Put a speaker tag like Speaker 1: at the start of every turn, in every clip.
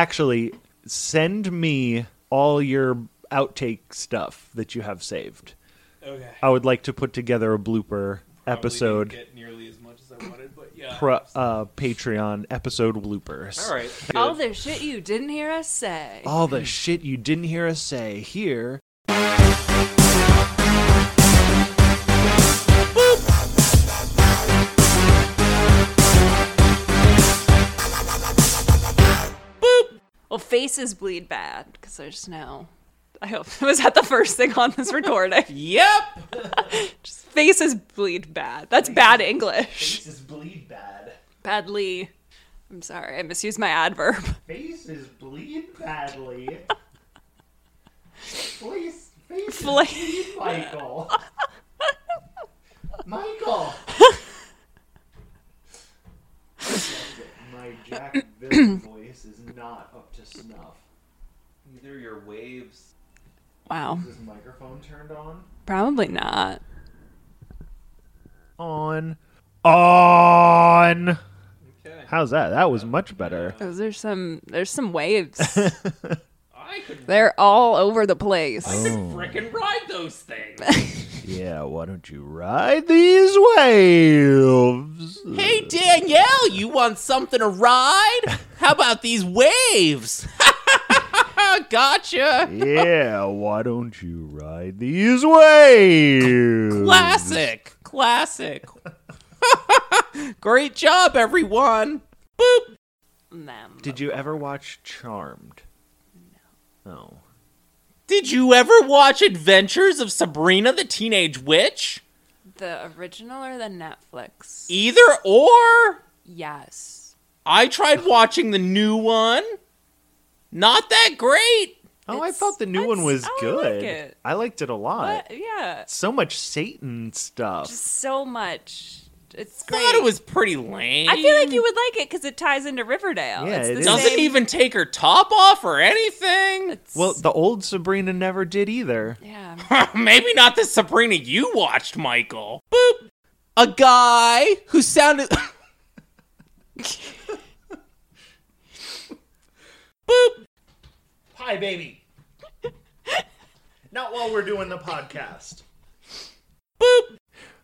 Speaker 1: Actually, send me all your outtake stuff that you have saved.
Speaker 2: Okay.
Speaker 1: I would like to put together a
Speaker 2: Probably
Speaker 1: blooper episode,
Speaker 2: Didn't get nearly as much as I wanted, but yeah.
Speaker 1: pro, uh, Patreon episode bloopers.
Speaker 2: All right. Good.
Speaker 3: All the shit you didn't hear us say.
Speaker 1: All the shit you didn't hear us say here.
Speaker 3: Well, faces bleed bad because there's no. I hope was that the first thing on this recording.
Speaker 2: Yep.
Speaker 3: faces bleed bad. That's bad English.
Speaker 1: Faces bleed bad.
Speaker 3: Badly. I'm sorry, I misused my adverb.
Speaker 1: Faces bleed badly. Please, faces
Speaker 3: Fla-
Speaker 1: Michael. Michael. My Jack Villain voice is not up to snuff.
Speaker 2: Neither your waves.
Speaker 3: Wow.
Speaker 1: Is his microphone turned on?
Speaker 3: Probably not.
Speaker 1: On. On.
Speaker 2: Okay.
Speaker 1: How's that? That was much better.
Speaker 3: Those are some. There's some waves.
Speaker 2: I could.
Speaker 3: They're all over the place.
Speaker 2: I could
Speaker 1: Oh.
Speaker 2: frickin' ride those things.
Speaker 1: Yeah, why don't you ride these waves?
Speaker 4: Hey Danielle, you want something to ride? How about these waves? gotcha.
Speaker 1: Yeah, why don't you ride these waves?
Speaker 4: Classic. Classic. Great job, everyone. Boop.
Speaker 3: Them.
Speaker 1: Did you ever watch Charmed? No.
Speaker 4: Did you ever watch Adventures of Sabrina the Teenage Witch?
Speaker 3: The original or the Netflix?
Speaker 4: Either or.
Speaker 3: Yes.
Speaker 4: I tried watching the new one. Not that great.
Speaker 1: Oh, I
Speaker 3: It's-
Speaker 1: thought the new one
Speaker 3: it's-
Speaker 1: was
Speaker 3: I like
Speaker 1: good.
Speaker 3: it.
Speaker 1: I liked it a lot.
Speaker 3: But yeah,
Speaker 1: So much Satan stuff.
Speaker 3: so much. It's
Speaker 4: I
Speaker 3: great.
Speaker 4: Thought it was pretty lame.
Speaker 3: I feel like you would like it because it ties into Riverdale.
Speaker 1: Yeah,
Speaker 3: it's
Speaker 1: it
Speaker 3: the
Speaker 1: is.
Speaker 4: doesn't
Speaker 3: same-
Speaker 4: even take her top off or anything.
Speaker 3: it's-
Speaker 1: well, the old Sabrina never did either.
Speaker 3: yeah.
Speaker 4: Maybe not the Sabrina you watched, Michael. Boop. A guy who sounded. Boop.
Speaker 1: Hi, baby. Not while we're doing the podcast.
Speaker 4: Boop.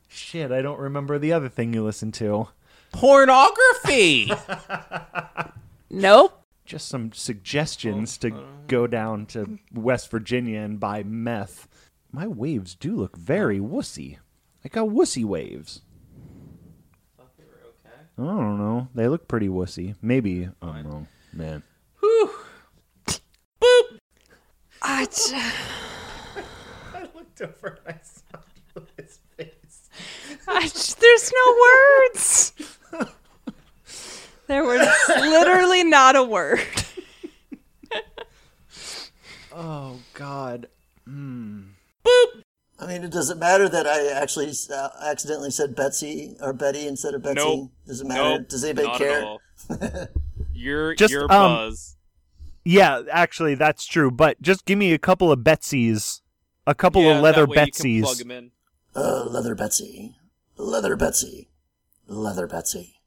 Speaker 1: Shit, I don't remember the other thing you listened to.
Speaker 4: Pornography.
Speaker 3: Nope.
Speaker 1: Just some suggestions
Speaker 4: Oh, uh,
Speaker 1: to go down to West Virginia and buy meth. My waves do look very
Speaker 4: Oh.
Speaker 1: wussy. I got wussy waves. I don't know. They look pretty wussy. Maybe I'm wrong. Man.
Speaker 4: Whew. Boop.
Speaker 3: I j-
Speaker 1: I looked over and I saw his face.
Speaker 3: I j- there's no words. There was literally not a word.
Speaker 1: Oh God. Hmm.
Speaker 4: Boop.
Speaker 5: I mean, it doesn't matter that I actually uh, accidentally said Betsy or Betty instead of Betsy.
Speaker 6: Nope.
Speaker 5: Does it matter? Does anybody care?
Speaker 6: Your
Speaker 1: Just,
Speaker 6: your
Speaker 1: um,
Speaker 6: buzz.
Speaker 1: Yeah, actually, that's true. But just give me a couple of Betsy's, a couple
Speaker 6: Yeah,
Speaker 1: of leather
Speaker 6: that way you can plug
Speaker 1: Betsy's.
Speaker 6: 'em in.
Speaker 5: Uh, leather Betsy, leather Betsy, leather Betsy.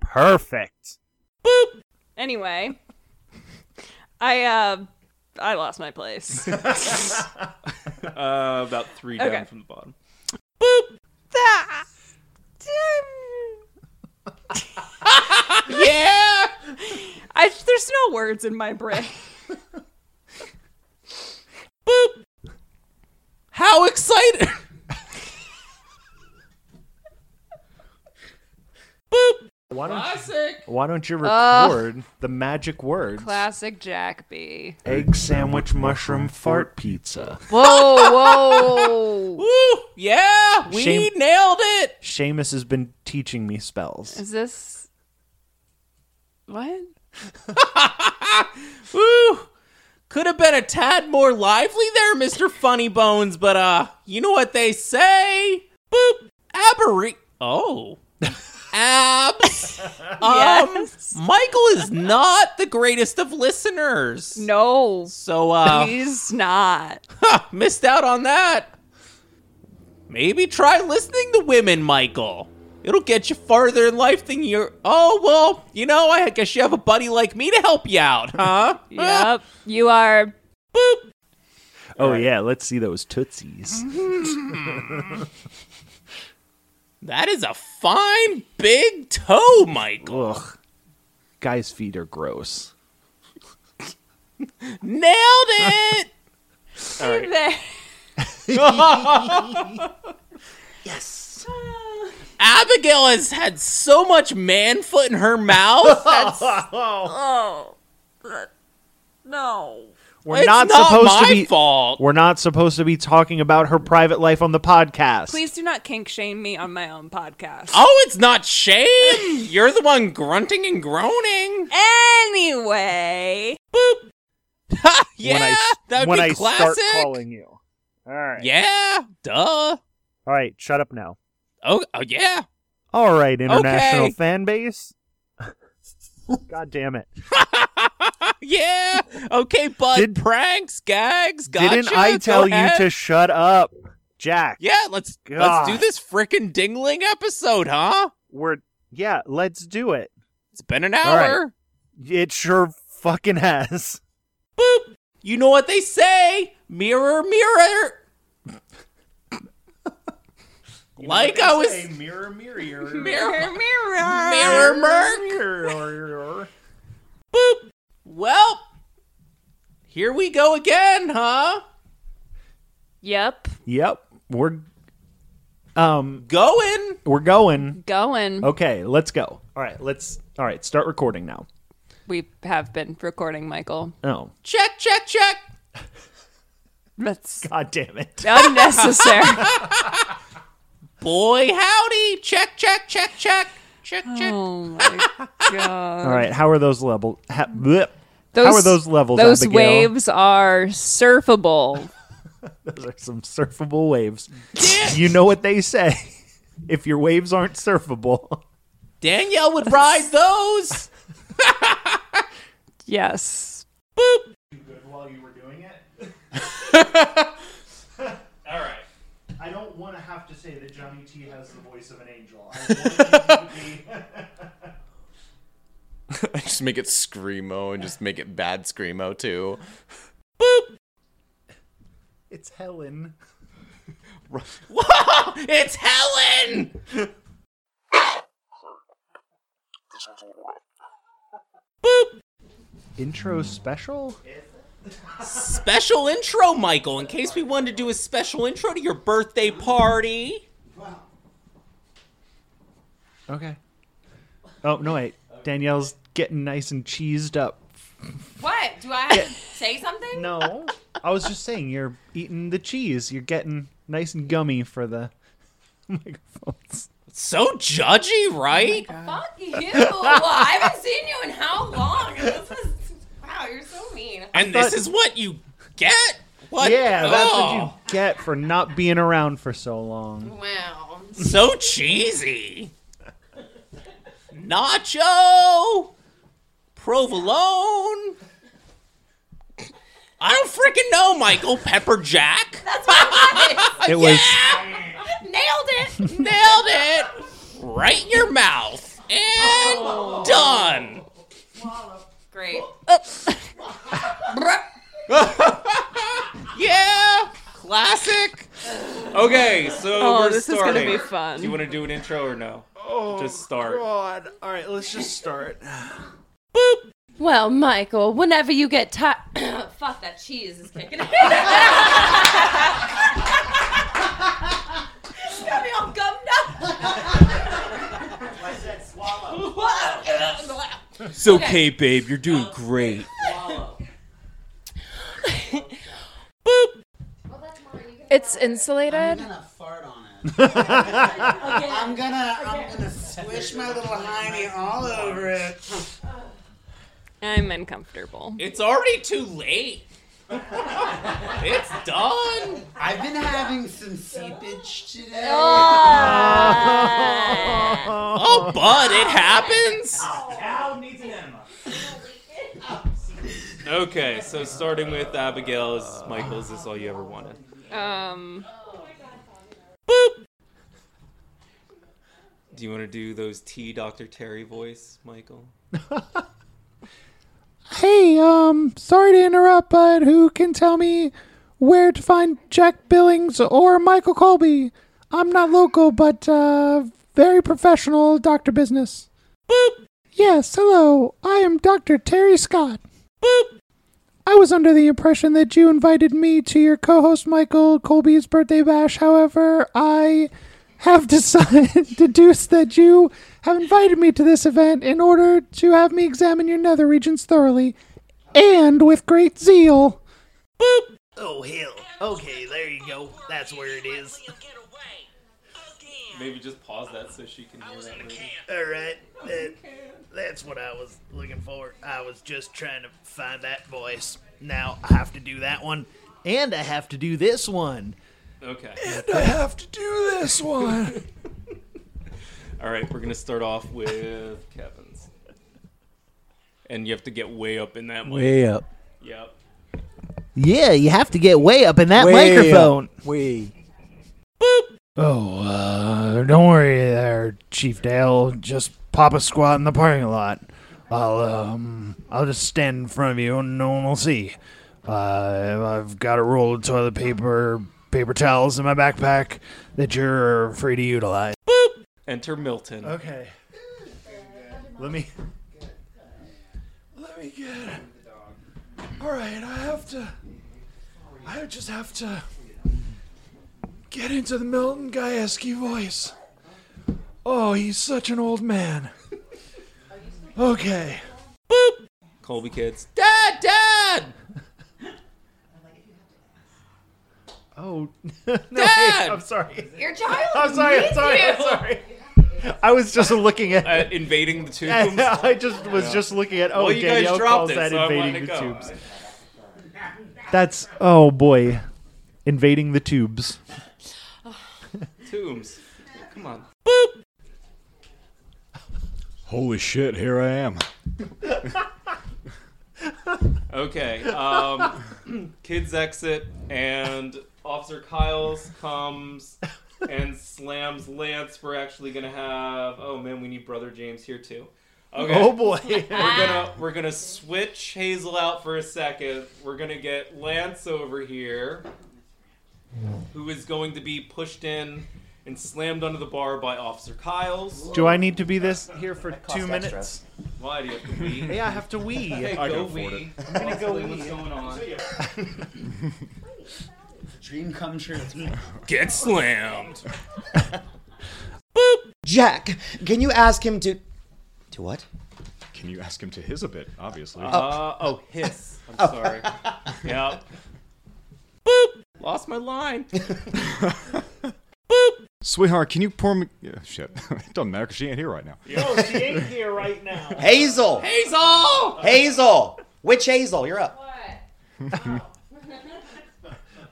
Speaker 1: Perfect.
Speaker 4: Boop.
Speaker 3: Anyway, I uh, I lost my place.
Speaker 6: Uh, about three
Speaker 3: Okay.
Speaker 6: down from the bottom.
Speaker 4: Boop.
Speaker 3: Ah.
Speaker 4: Yeah.
Speaker 3: I, there's no words in my brain.
Speaker 4: Boop. How excited. Boop.
Speaker 1: Why don't
Speaker 4: Classic.
Speaker 1: Why don't you
Speaker 4: Uh,
Speaker 1: record the magic words?
Speaker 3: Classic Jackby.
Speaker 1: Egg sandwich, mushroom, fart pizza.
Speaker 3: Whoa, whoa.
Speaker 4: Woo. Yeah. We
Speaker 1: Shame-
Speaker 4: nailed it.
Speaker 1: Seamus has been teaching me spells.
Speaker 3: Is this what?
Speaker 4: Woo! Could have been a tad more lively there, Mr. Funny Bones, but uh, you know what they say? Boop! Abere. Oh. Ab. um,
Speaker 3: Yes.
Speaker 4: Michael is not the greatest of listeners.
Speaker 3: No,
Speaker 4: So, uh,
Speaker 3: he's not.
Speaker 4: missed out on that. Maybe try listening to women, Michael. It'll get you farther in life than you're. Oh, well, you know, I guess you have a buddy like me to help you out, huh?
Speaker 3: Yep. You are.
Speaker 4: Boop.
Speaker 1: Oh yeah, let's see those tootsies.
Speaker 4: That is a fine big toe, Michael.
Speaker 1: Ugh, guys' feet are gross.
Speaker 4: Nailed it.
Speaker 6: All right.
Speaker 3: There.
Speaker 7: Yes.
Speaker 4: Abigail has had so much man foot in her mouth. That's
Speaker 3: Oh. that- No.
Speaker 1: We're
Speaker 4: it's
Speaker 1: not, supposed
Speaker 4: my
Speaker 1: to be.
Speaker 4: fault.
Speaker 1: We're not supposed to be talking about her private life on the podcast.
Speaker 3: Please do not kink shame me on my own podcast.
Speaker 4: Oh, it's not shame. You're the one grunting and groaning.
Speaker 3: Anyway.
Speaker 4: Ha, yeah,
Speaker 1: when I, s-
Speaker 4: that would
Speaker 1: when
Speaker 4: be
Speaker 1: I
Speaker 4: classic.
Speaker 1: start calling you. All right.
Speaker 4: Yeah, duh.
Speaker 1: All right. Shut up now.
Speaker 4: Oh, oh yeah.
Speaker 1: All right, international
Speaker 4: Okay.
Speaker 1: fan base. God damn it!
Speaker 4: Ah, yeah. Okay, bud.
Speaker 1: Did-
Speaker 4: pranks, gags, gotcha.
Speaker 1: Didn't I
Speaker 4: Go
Speaker 1: tell you
Speaker 4: ahead.
Speaker 1: to shut up, Jack?
Speaker 4: Yeah, let's
Speaker 1: God.
Speaker 4: let's do this frickin' dingling episode, huh?
Speaker 1: We're yeah. Let's do it.
Speaker 4: It's been an
Speaker 1: All right.
Speaker 4: hour.
Speaker 1: It sure fucking has.
Speaker 4: You know what they say? Mirror, mirror. like I was
Speaker 1: mirror, mirror,
Speaker 4: mirror,
Speaker 3: Mirror.
Speaker 4: mirror, merc. Boop. Well, here we go again, huh?
Speaker 3: Yep.
Speaker 1: Yep, we're um
Speaker 4: Going. Mm-hmm.
Speaker 1: we're going.
Speaker 3: Going.
Speaker 1: Okay, let's go. All right, let's. All right, start recording now.
Speaker 3: We have been recording, Michael.
Speaker 1: Oh,
Speaker 4: Check, check, check.
Speaker 3: That's
Speaker 1: god damn it!
Speaker 3: unnecessary.
Speaker 4: Boy, howdy. Check, check, check, check. Check, check.
Speaker 3: oh my
Speaker 4: Um,
Speaker 3: god.
Speaker 1: All right, how are those level? Ha, blip.
Speaker 3: Those,
Speaker 1: how are those levels?
Speaker 3: Those
Speaker 1: Abigail?
Speaker 3: waves are surfable.
Speaker 1: Those are some surfable waves.
Speaker 4: Dan-
Speaker 1: You know what they say. If your waves aren't surfable,
Speaker 4: Danielle would ride those.
Speaker 3: yes.
Speaker 1: while you were doing it,
Speaker 6: All right.
Speaker 1: I don't want to have to say that Johnny T has the voice of an angel. I want you to be
Speaker 6: I just make it screamo and just make it bad screamo too.
Speaker 1: It's Helen.
Speaker 4: Whoa, it's Helen.
Speaker 1: Intro special?
Speaker 4: Special intro, Michael, in case we wanted to do a special intro to your birthday party.
Speaker 1: Okay. Oh no wait. Danielle's getting nice and cheesed up.
Speaker 3: What? Do I say something?
Speaker 1: No. I was just saying you're eating the cheese. You're getting nice and gummy for the microphones.
Speaker 4: So judgy, right?
Speaker 8: Oh Fuck you! I haven't seen you in how long? This is wow. You're so mean.
Speaker 4: And
Speaker 1: thought-
Speaker 4: this is what you get? What?
Speaker 1: Yeah, that's what you
Speaker 4: Oh,
Speaker 1: get for not being around for so long.
Speaker 8: Wow.
Speaker 4: So cheesy. Nacho. Provolone. I don't freaking know, Michael. Pepper Jack.
Speaker 1: It was
Speaker 8: Nailed it.
Speaker 4: Nailed it. Right in your mouth. And done.
Speaker 8: Oh. Great.
Speaker 3: Oh.
Speaker 4: Yeah. Classic.
Speaker 6: Okay, so
Speaker 3: Oh,
Speaker 6: we're
Speaker 3: this
Speaker 6: starting.
Speaker 3: is gonna be
Speaker 6: Do you
Speaker 3: fun.
Speaker 6: want to do an intro or no? Oh, just start.
Speaker 1: God. All right, let's just start.
Speaker 8: Well, Michael, whenever you get tired, fuck that cheese is kicking. in. It's got me all gummed up. Whoa.
Speaker 4: It's okay, babe. You're doing great.
Speaker 3: It's insulated.
Speaker 2: gonna fart on it. I'm gonna I'm gonna swish my little hiney all over it.
Speaker 3: I'm uncomfortable.
Speaker 4: It's already too late. it's done.
Speaker 2: I've been having some seepage today.
Speaker 4: Oh, bud, it happens.
Speaker 6: Okay, so starting with Abigail's Michael's is all you ever wanted.
Speaker 3: Um.
Speaker 6: Do you want to do those T Dr. Terry voice, Michael?
Speaker 9: Hey, um, sorry to interrupt, but who can tell me where to find Jack Billings or Michael Colby? I'm not local, but uh, very professional doctor business. Boop. Yes, hello. I am Dr. Terry Scott. Boop. I was under the impression that you invited me to your co-host Michael Colby's birthday bash. However, I have decided deduced that you have invited me to this event in order to have me examine your nether regions thoroughly and with great zeal.
Speaker 2: Oh hell. Okay, there you go. That's where it is.
Speaker 6: Maybe just pause that so she can hear that. Later.
Speaker 2: All right. That, that's what I was looking for. I was just trying to find that voice. Now I have to do that one, and I have to do this one.
Speaker 6: Okay.
Speaker 9: I have to do this one.
Speaker 6: All right, we're gonna start off with Kevin's, and you have to get way up in that mic.
Speaker 10: Way up.
Speaker 6: Yep.
Speaker 2: Yeah, you have to get way up in that microphone.
Speaker 10: Way.
Speaker 9: Oh, uh, don't worry there, Chief Dale. Just pop a squat in the parking lot. I'll um, I'll just stand in front of you, and no one will see. Uh, I've got a roll of toilet paper, paper towels in my backpack that you're free to utilize.
Speaker 6: Enter Milton.
Speaker 9: Okay. Let me. Let me get. All right, I have to. I just have to get into the Milton Gajewski voice. Oh, he's such an old man. Okay.
Speaker 6: Colby kids.
Speaker 4: Dad, Dad,
Speaker 9: Oh,
Speaker 4: Dad! I'm
Speaker 9: sorry.
Speaker 11: Your child.
Speaker 9: I'm sorry. I'm sorry. I'm sorry. I was just looking at.
Speaker 6: Uh, invading the tombs.
Speaker 9: I just was just looking at. Oh,
Speaker 6: Well, you guys
Speaker 9: Danielle
Speaker 6: dropped
Speaker 9: calls
Speaker 6: it,
Speaker 9: that
Speaker 6: so I
Speaker 9: invading
Speaker 6: wanted to
Speaker 9: the
Speaker 6: go.
Speaker 9: tubes. That's oh boy, invading the tubes.
Speaker 6: tombs. Come on.
Speaker 10: Holy shit, here I am.
Speaker 6: Okay. Um, kids exit, and Officer Kyles comes and slams Lance. We're actually gonna have. Oh man, we need Brother James here too. Okay.
Speaker 9: Oh boy.
Speaker 6: We're gonna we're gonna switch Hazel out for a second. We're gonna get Lance over here, who is going to be pushed in and slammed under the bar by Officer Kyles.
Speaker 9: Do I need to be this here for two minutes?
Speaker 6: Why do you have to wee?
Speaker 9: Yeah, I have to wee.
Speaker 6: Hey,
Speaker 12: I can
Speaker 6: go
Speaker 12: afford
Speaker 6: wee. I'm gonna go wee. What's going on?
Speaker 13: Dream come true.
Speaker 6: Get slammed.
Speaker 14: Jack, can you ask him to. To what?
Speaker 10: Can you ask him to his a bit, obviously?
Speaker 6: Uh, oh, hiss. I'm sorry. yep. Boop. Lost my line.
Speaker 10: Sweetheart, can you pour me. Yeah, shit. it doesn't matter because she ain't here right now.
Speaker 13: No, she ain't here right now.
Speaker 14: Hazel!
Speaker 6: Hazel.
Speaker 14: Hazel! Which Hazel? You're up.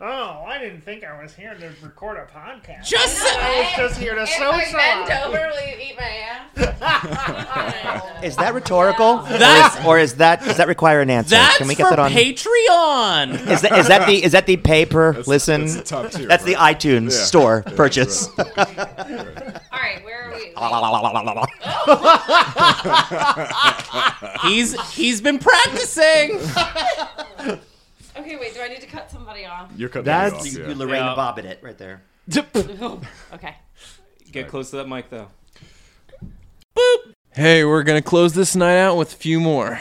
Speaker 13: Oh, I didn't think I was here to record a podcast.
Speaker 4: just say-
Speaker 13: I was just here to socialize.
Speaker 11: over, will you eat my ass?
Speaker 14: Is that rhetorical? That, or, is, or is that does that require an answer?
Speaker 4: that's
Speaker 14: Can we get
Speaker 4: for
Speaker 14: that on?
Speaker 4: Patreon.
Speaker 14: is, that, is that the is that the pay per listen?
Speaker 10: That's the top tier.
Speaker 14: That's the
Speaker 10: right?
Speaker 14: iTunes
Speaker 10: Yeah.
Speaker 14: store
Speaker 10: Yeah,
Speaker 14: purchase.
Speaker 10: right.
Speaker 11: All right, where are we?
Speaker 4: He's he's been practicing.
Speaker 11: Okay, wait. Do I need to cut somebody off?
Speaker 10: You're cutting
Speaker 9: That's-
Speaker 10: me
Speaker 14: You
Speaker 10: off, yeah.
Speaker 14: Lorraine
Speaker 6: Yeah.
Speaker 14: Bobbin it right there.
Speaker 11: Okay.
Speaker 6: Get close to that mic though.
Speaker 15: Hey, we're going to close this night out with a few more.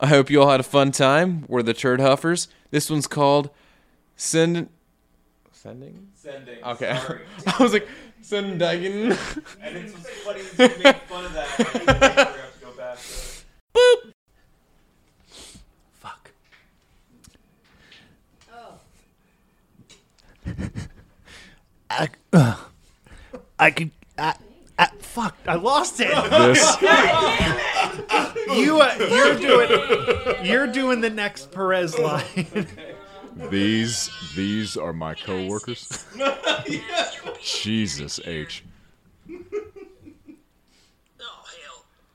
Speaker 15: I hope you all had a fun time. We're the Turd Huffers. This one's called Send. Sending?
Speaker 6: Sending.
Speaker 15: Okay.
Speaker 6: Sorry.
Speaker 15: I was like, Sending.
Speaker 6: And it's just funny to make fun of that. I think we have to go back to it.
Speaker 9: I, uh, I could. I, I, fuck! I lost it.
Speaker 10: This,
Speaker 9: You, uh, you're doing. You're doing the next Perez line.
Speaker 10: these, these are my coworkers. Jesus H.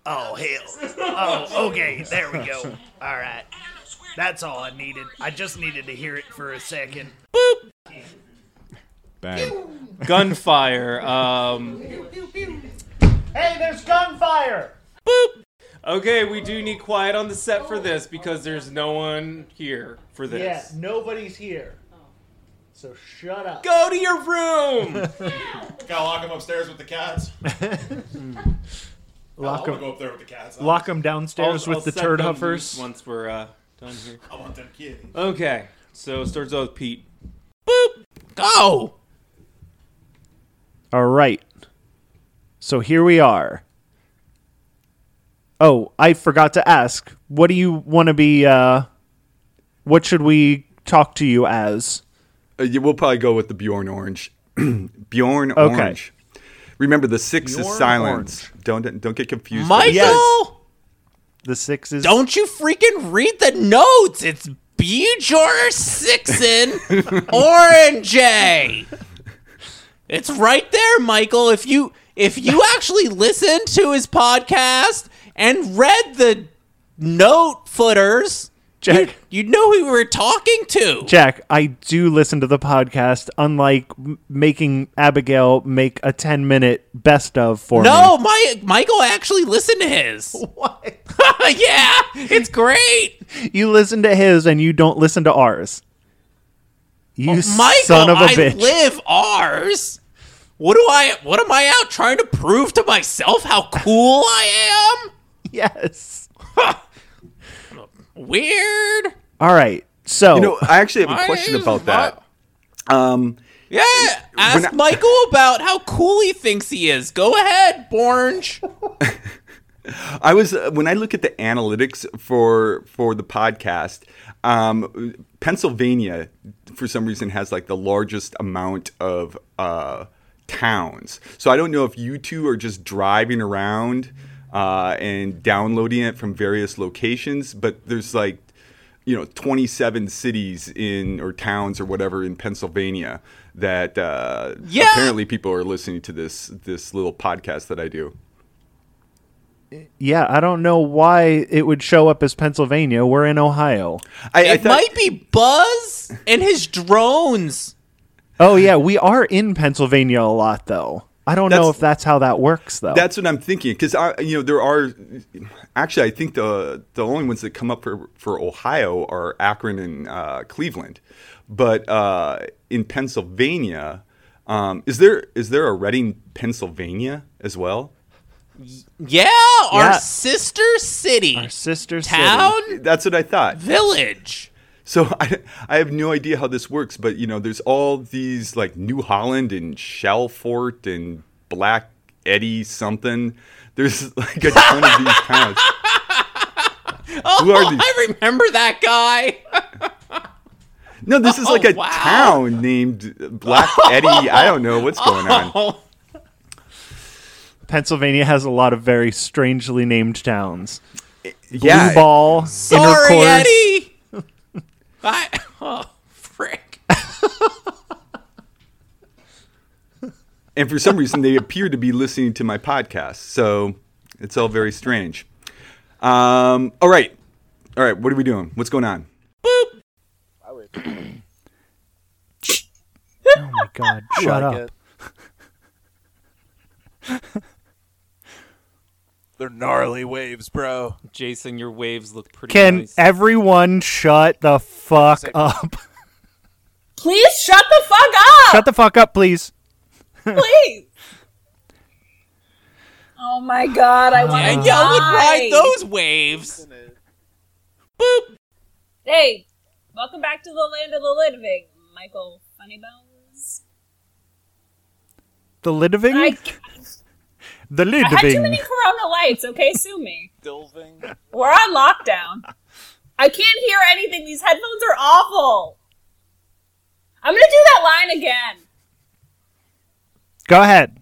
Speaker 2: Oh hell. Oh, okay, there we go. All right. That's all I needed. I just needed to hear it for a second.
Speaker 10: Bang.
Speaker 6: gunfire. Um,
Speaker 1: Hey, there's gunfire!
Speaker 6: Okay, we do need quiet on the set for this because there's no one here for this.
Speaker 1: Yeah, nobody's here. So shut up.
Speaker 6: Go to your room.
Speaker 16: Gotta lock him upstairs with the cats.
Speaker 6: Lock
Speaker 16: I
Speaker 6: 'em-
Speaker 16: want to go up there with the cats.
Speaker 6: lock
Speaker 2: 'em downstairs with the
Speaker 6: set
Speaker 2: turd
Speaker 6: them
Speaker 2: huffers.
Speaker 6: loose Once we're uh, done here.
Speaker 16: I want them kitties.
Speaker 6: Okay, so it starts out with Pete.
Speaker 4: Go!
Speaker 1: Oh! All right. So here we are. Oh, I forgot to ask. What do you want to be? Uh, what should we talk to you as?
Speaker 17: Uh, yeah, we'll probably go with the Bjorn Orange. Bjorn
Speaker 1: Okay.
Speaker 17: Orange. Remember, the six
Speaker 1: Bjorn
Speaker 17: is silence. Don't don't get confused.
Speaker 4: Michael!
Speaker 1: The six is.
Speaker 4: Don't you freaking read the notes? It's Bjor Sixen Orange. It's right there, Michael. If you if you actually listened to his podcast and read the note footers,
Speaker 1: Jack.
Speaker 4: you'd, you'd know who we were talking to.
Speaker 1: Jack, I do listen to the podcast. Unlike m- making Abigail make a ten-minute best of for me.
Speaker 4: no, my Michael actually listened to his. What? yeah, it's great.
Speaker 1: you listen to his and you don't listen to ours. You
Speaker 4: Oh, Michael,
Speaker 1: son of a
Speaker 4: I
Speaker 1: bitch.
Speaker 4: live ours. What do I? What am I out trying to prove to myself how cool I am?
Speaker 1: Yes.
Speaker 4: Weird.
Speaker 1: All right. So
Speaker 17: you know, I actually have a
Speaker 4: Why
Speaker 17: question
Speaker 4: is
Speaker 17: about that. Um,
Speaker 4: Yeah. Ask Michael about how cool he thinks he is. Go ahead, Bornge.
Speaker 17: I was uh, when I look at the analytics for for the podcast, um, Pennsylvania for some reason has like the largest amount of uh, towns. So I don't know if you two are just driving around uh, and downloading it from various locations, but there's like you know 27 cities in or towns or whatever in Pennsylvania that uh,
Speaker 4: Yeah.
Speaker 17: apparently people are listening to this this little podcast that I do.
Speaker 1: Yeah, I don't know why it would show up as Pennsylvania. We're in Ohio.
Speaker 17: I,
Speaker 4: it might be Buzz and his drones.
Speaker 1: Oh yeah, we are in Pennsylvania a lot though. I don't know
Speaker 17: That's-
Speaker 1: if that's how that works though.
Speaker 17: That's what I'm thinking because I, you know, there are actually I think the the only ones that come up for for Ohio are Akron and uh, Cleveland, but uh, in Pennsylvania, um, is there is there a Reading, Pennsylvania as well?
Speaker 4: Yeah,
Speaker 17: Yeah.
Speaker 4: our sister city. Our
Speaker 1: sister
Speaker 4: town.
Speaker 17: That's what I thought.
Speaker 4: Village.
Speaker 17: So I, I have no idea how this works, but you know, there's all these like New Holland and Shalfort and Black Eddy something. There's like a ton of these towns.
Speaker 4: Oh,
Speaker 17: Who are these?
Speaker 4: I remember that guy.
Speaker 17: No, this is like a town named Black Eddie. I don't know what's going on.
Speaker 4: Oh,
Speaker 1: Pennsylvania has a lot of very strangely named towns.
Speaker 17: yeah.
Speaker 1: Blue ball,
Speaker 4: sorry,
Speaker 1: intercourse.
Speaker 4: Eddie. I, oh, frick.
Speaker 17: And for some reason, they appear to be listening to my podcast. So it's all very strange. Um, all right. All right. What are we doing? What's going on?
Speaker 1: Oh my god, shut
Speaker 17: like
Speaker 1: up.
Speaker 18: They're gnarly waves, bro.
Speaker 6: Jason, your waves look pretty.
Speaker 1: Can everyone shut the fuck up?
Speaker 8: Please shut the fuck up!
Speaker 1: shut the fuck up, please.
Speaker 8: Please! oh my god, I want to
Speaker 4: Danielle would
Speaker 8: die.
Speaker 4: ride those waves.
Speaker 8: Hey, welcome back to the land of the living, Michael Funnybones.
Speaker 1: The Lidving? The
Speaker 8: I had too many
Speaker 1: Lidving.
Speaker 8: Corona lights. Okay, sue me. We're on lockdown. I can't hear anything. These headphones are awful. I'm gonna do that line again.
Speaker 1: Go ahead.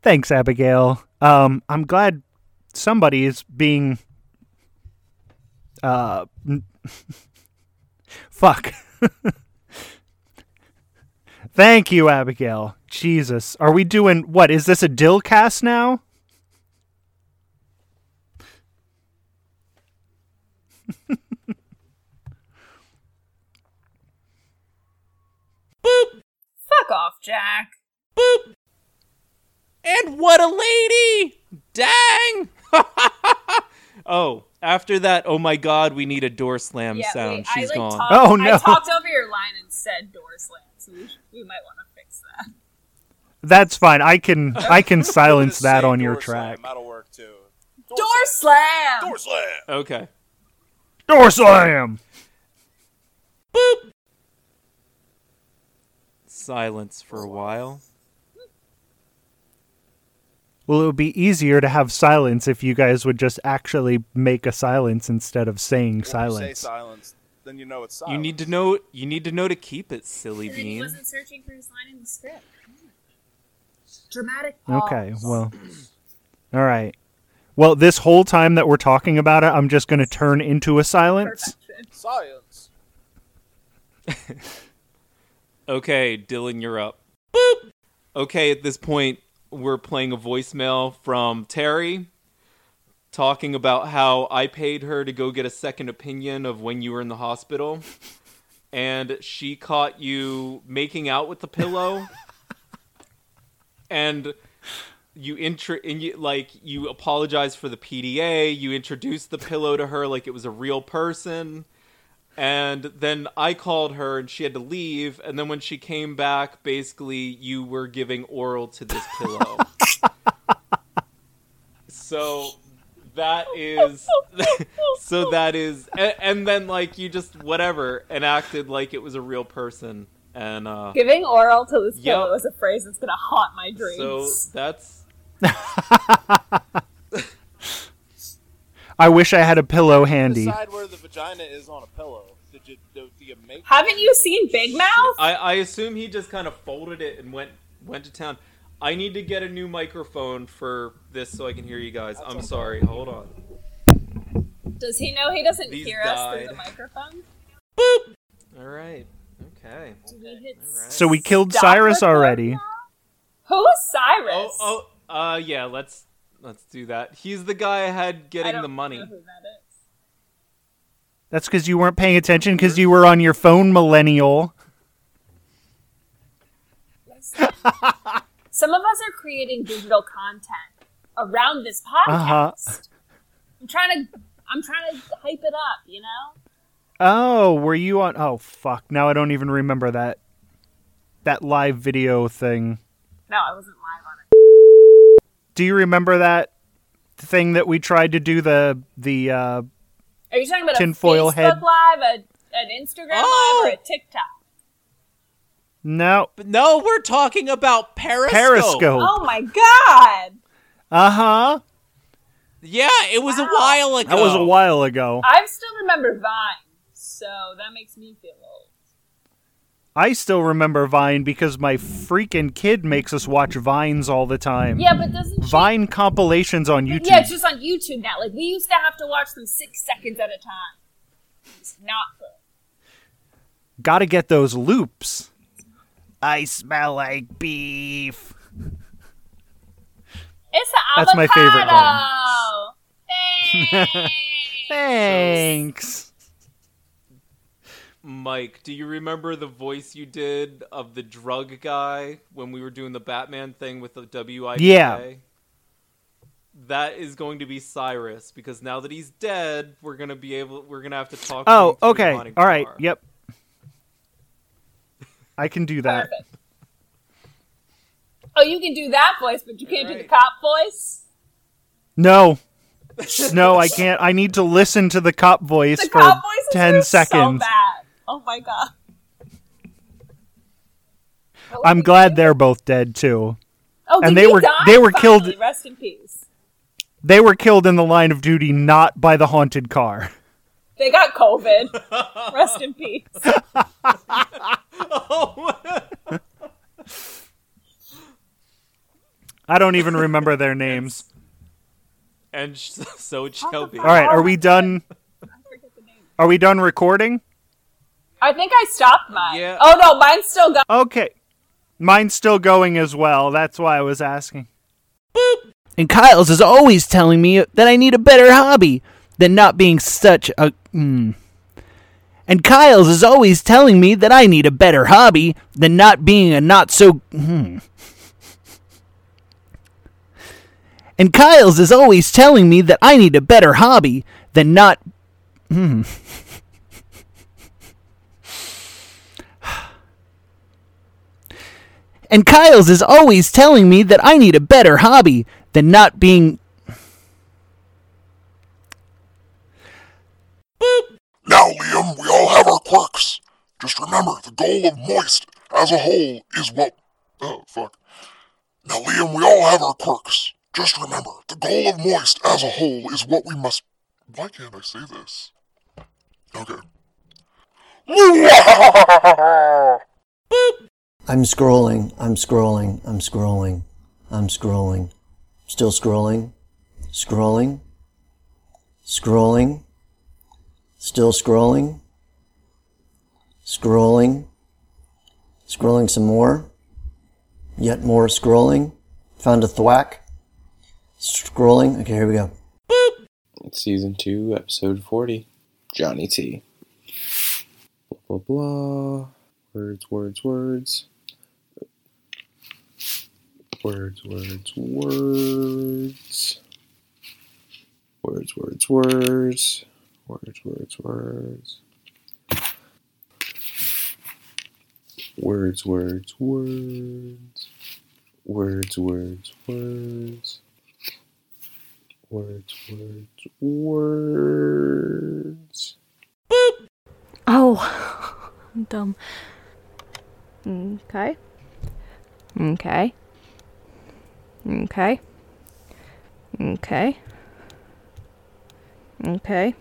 Speaker 1: Thanks, Abigail. Um, I'm glad somebody is being. Uh, n- fuck. Thank you, Abigail. Jesus, are we doing what? Is this a dill cast now?
Speaker 8: Fuck off, Jack.
Speaker 4: And what a lady!
Speaker 6: Dang! oh, after that, oh my god, we need a door slam
Speaker 8: Yeah,
Speaker 6: sound.
Speaker 8: wait,
Speaker 6: She's
Speaker 8: I, like,
Speaker 6: gone.
Speaker 8: Talked,
Speaker 2: Oh,
Speaker 1: Oh,
Speaker 8: I talked over your line and said door slam, so we, sh- we might want to fix that.
Speaker 1: That's fine. I can I can silence that on your track.
Speaker 8: Door, slam. Door
Speaker 4: slam.
Speaker 6: Okay.
Speaker 1: Door slam.
Speaker 6: Silence for a while.
Speaker 1: Well, it would be easier to have silence if you guys would just actually make a silence instead of saying
Speaker 4: Say
Speaker 1: silence.
Speaker 4: silence, then you know it's
Speaker 6: You
Speaker 4: silence.
Speaker 6: need to know. You need to know to keep it, silly
Speaker 8: And then he
Speaker 6: bean.
Speaker 8: wasn't searching for his line in the script. Dramatic.
Speaker 1: Okay, well. All right. Well, this whole time that we're talking about it, I'm just going to turn into a silence.
Speaker 4: Science.
Speaker 6: Okay, Dylan, you're up. Boop. Okay, at this point, we're playing a voicemail from Terry talking about how I paid her to go get a second opinion of when you were in the hospital and she caught you making out with the pillow and you intro and you like you apologize for the PDA, you introduced the pillow to her like it was a real person. And then I called her and she had to leave. And then when she came back, basically you were giving oral to this pillow. so that is. so that is. And, and then, like, you just whatever and acted like it was a real person. And, uh.
Speaker 8: Giving oral to this
Speaker 6: Yep.
Speaker 8: pillow is a phrase that's gonna haunt my
Speaker 6: So
Speaker 8: dreams.
Speaker 6: that's.
Speaker 1: I wish I had a pillow handy.
Speaker 4: Decide where the vagina is on a pillow. Did you, do, do you make?
Speaker 8: Haven't you seen Big Mouth?
Speaker 6: I, I assume he just kind of folded it and went went to town. I need to get a new microphone for this so I can hear you guys. I'm sorry. Hold on.
Speaker 8: Does he know he doesn't
Speaker 6: These
Speaker 8: hear us through the
Speaker 6: died.
Speaker 8: microphone?
Speaker 6: All right. Okay.
Speaker 8: Did he hit
Speaker 1: So we killed
Speaker 8: Stop
Speaker 1: Cyrus
Speaker 8: recording
Speaker 1: already.
Speaker 8: Who's Cyrus?
Speaker 6: Oh, oh, uh, yeah. Let's let's do that. He's the guy I had getting the money.
Speaker 1: That's because you weren't paying attention because you were on your phone, millennial.
Speaker 8: Some of us are creating digital content around this podcast.
Speaker 1: Uh-huh.
Speaker 8: I'm trying to I'm trying to hype it up, you know?
Speaker 1: Oh, were you on? Oh, fuck. Now I don't even remember that. That live video thing.
Speaker 8: No, I wasn't live on it.
Speaker 1: Do you remember that thing that we tried to do the the uh,
Speaker 8: Are you talking about
Speaker 1: Tinfoil
Speaker 8: a Facebook
Speaker 1: head.
Speaker 8: live, a, an Instagram live, or a TikTok?
Speaker 1: no
Speaker 6: no? We're talking about Periscope.
Speaker 1: Periscope.
Speaker 8: Oh my god!
Speaker 1: uh huh
Speaker 6: Yeah, it was a while ago.
Speaker 1: that was a while ago.
Speaker 8: I still remember Vine, so that makes me feel old.
Speaker 1: I still remember Vine because my freaking kid makes us watch Vines all the time.
Speaker 8: Yeah, but doesn't she-
Speaker 1: Vine compilations on YouTube?
Speaker 8: Yeah, it's just on YouTube now. Like we used to have to watch them six seconds at a time. It's not good.
Speaker 1: Got to get those loops.
Speaker 19: I smell like beef.
Speaker 8: It's an
Speaker 1: That's my favorite one.
Speaker 8: avocado!
Speaker 1: Thanks.
Speaker 6: Mike, do you remember the voice you did of the drug guy when we were doing the Batman thing with the WIPA?
Speaker 1: Yeah.
Speaker 6: That is going to be Cyrus because now that he's dead, we're gonna be able. We're gonna have to talk. to him
Speaker 1: Oh,
Speaker 6: through
Speaker 1: okay.
Speaker 6: Hanukkah.
Speaker 1: All right. Yep. I can do that.
Speaker 8: Oh, you can do that voice, but you can't do the cop voice.
Speaker 1: No. No, I can't. I need to listen to the cop voice
Speaker 8: The
Speaker 1: for
Speaker 8: cop voice
Speaker 1: 10
Speaker 8: is so
Speaker 1: seconds.
Speaker 8: bad. Oh my god.
Speaker 1: I'm glad they're both dead too.
Speaker 8: Oh, did
Speaker 1: and they
Speaker 8: he
Speaker 1: were
Speaker 8: die?
Speaker 1: they were
Speaker 8: Finally,
Speaker 1: killed
Speaker 8: Rest in peace.
Speaker 1: they were killed in the line of duty not by the haunted car.
Speaker 8: They got COVID. Rest in peace.
Speaker 1: I don't even remember their names.
Speaker 6: And sh- so it's Shelby.
Speaker 1: All right, are we done? Are we done recording?
Speaker 8: I think I stopped mine. Oh no, mine's still gone.
Speaker 1: Okay. Mine's still going as well. That's why I was asking.
Speaker 20: And Kyle's is always telling me that I need a better hobby than not being such a. Mm. And Kyle's is always telling me that I need a better hobby than hmm. not being a not so. Mm. And Kyle's is always telling me that I need a better hobby than not. Hmm. And Kyle's is always telling me that I need a better hobby than not being.
Speaker 21: Now, Liam, we all have our quirks. Just remember, the goal of Moist as a whole is what. Oh, fuck. Now, Liam, we all have our quirks. Just remember, the goal of Moist as a whole is what we must. Why can't I say this? Okay.
Speaker 5: I'm scrolling. I'm scrolling. I'm scrolling. I'm scrolling. Still scrolling. Scrolling. Scrolling. Still scrolling. Scrolling. Scrolling some more. Yet more scrolling. Found a thwack. Scrolling. Okay, here we go.
Speaker 22: It's season two, episode 40. Johnny T. Blah, blah, blah. Words, words, words. Words, words, words. Words, words, words. Words, words, words. Words, words, words. Words, words, words. Words, words, words.
Speaker 23: Oh, I'm dumb. Okay. Okay. Okay. Okay. Okay.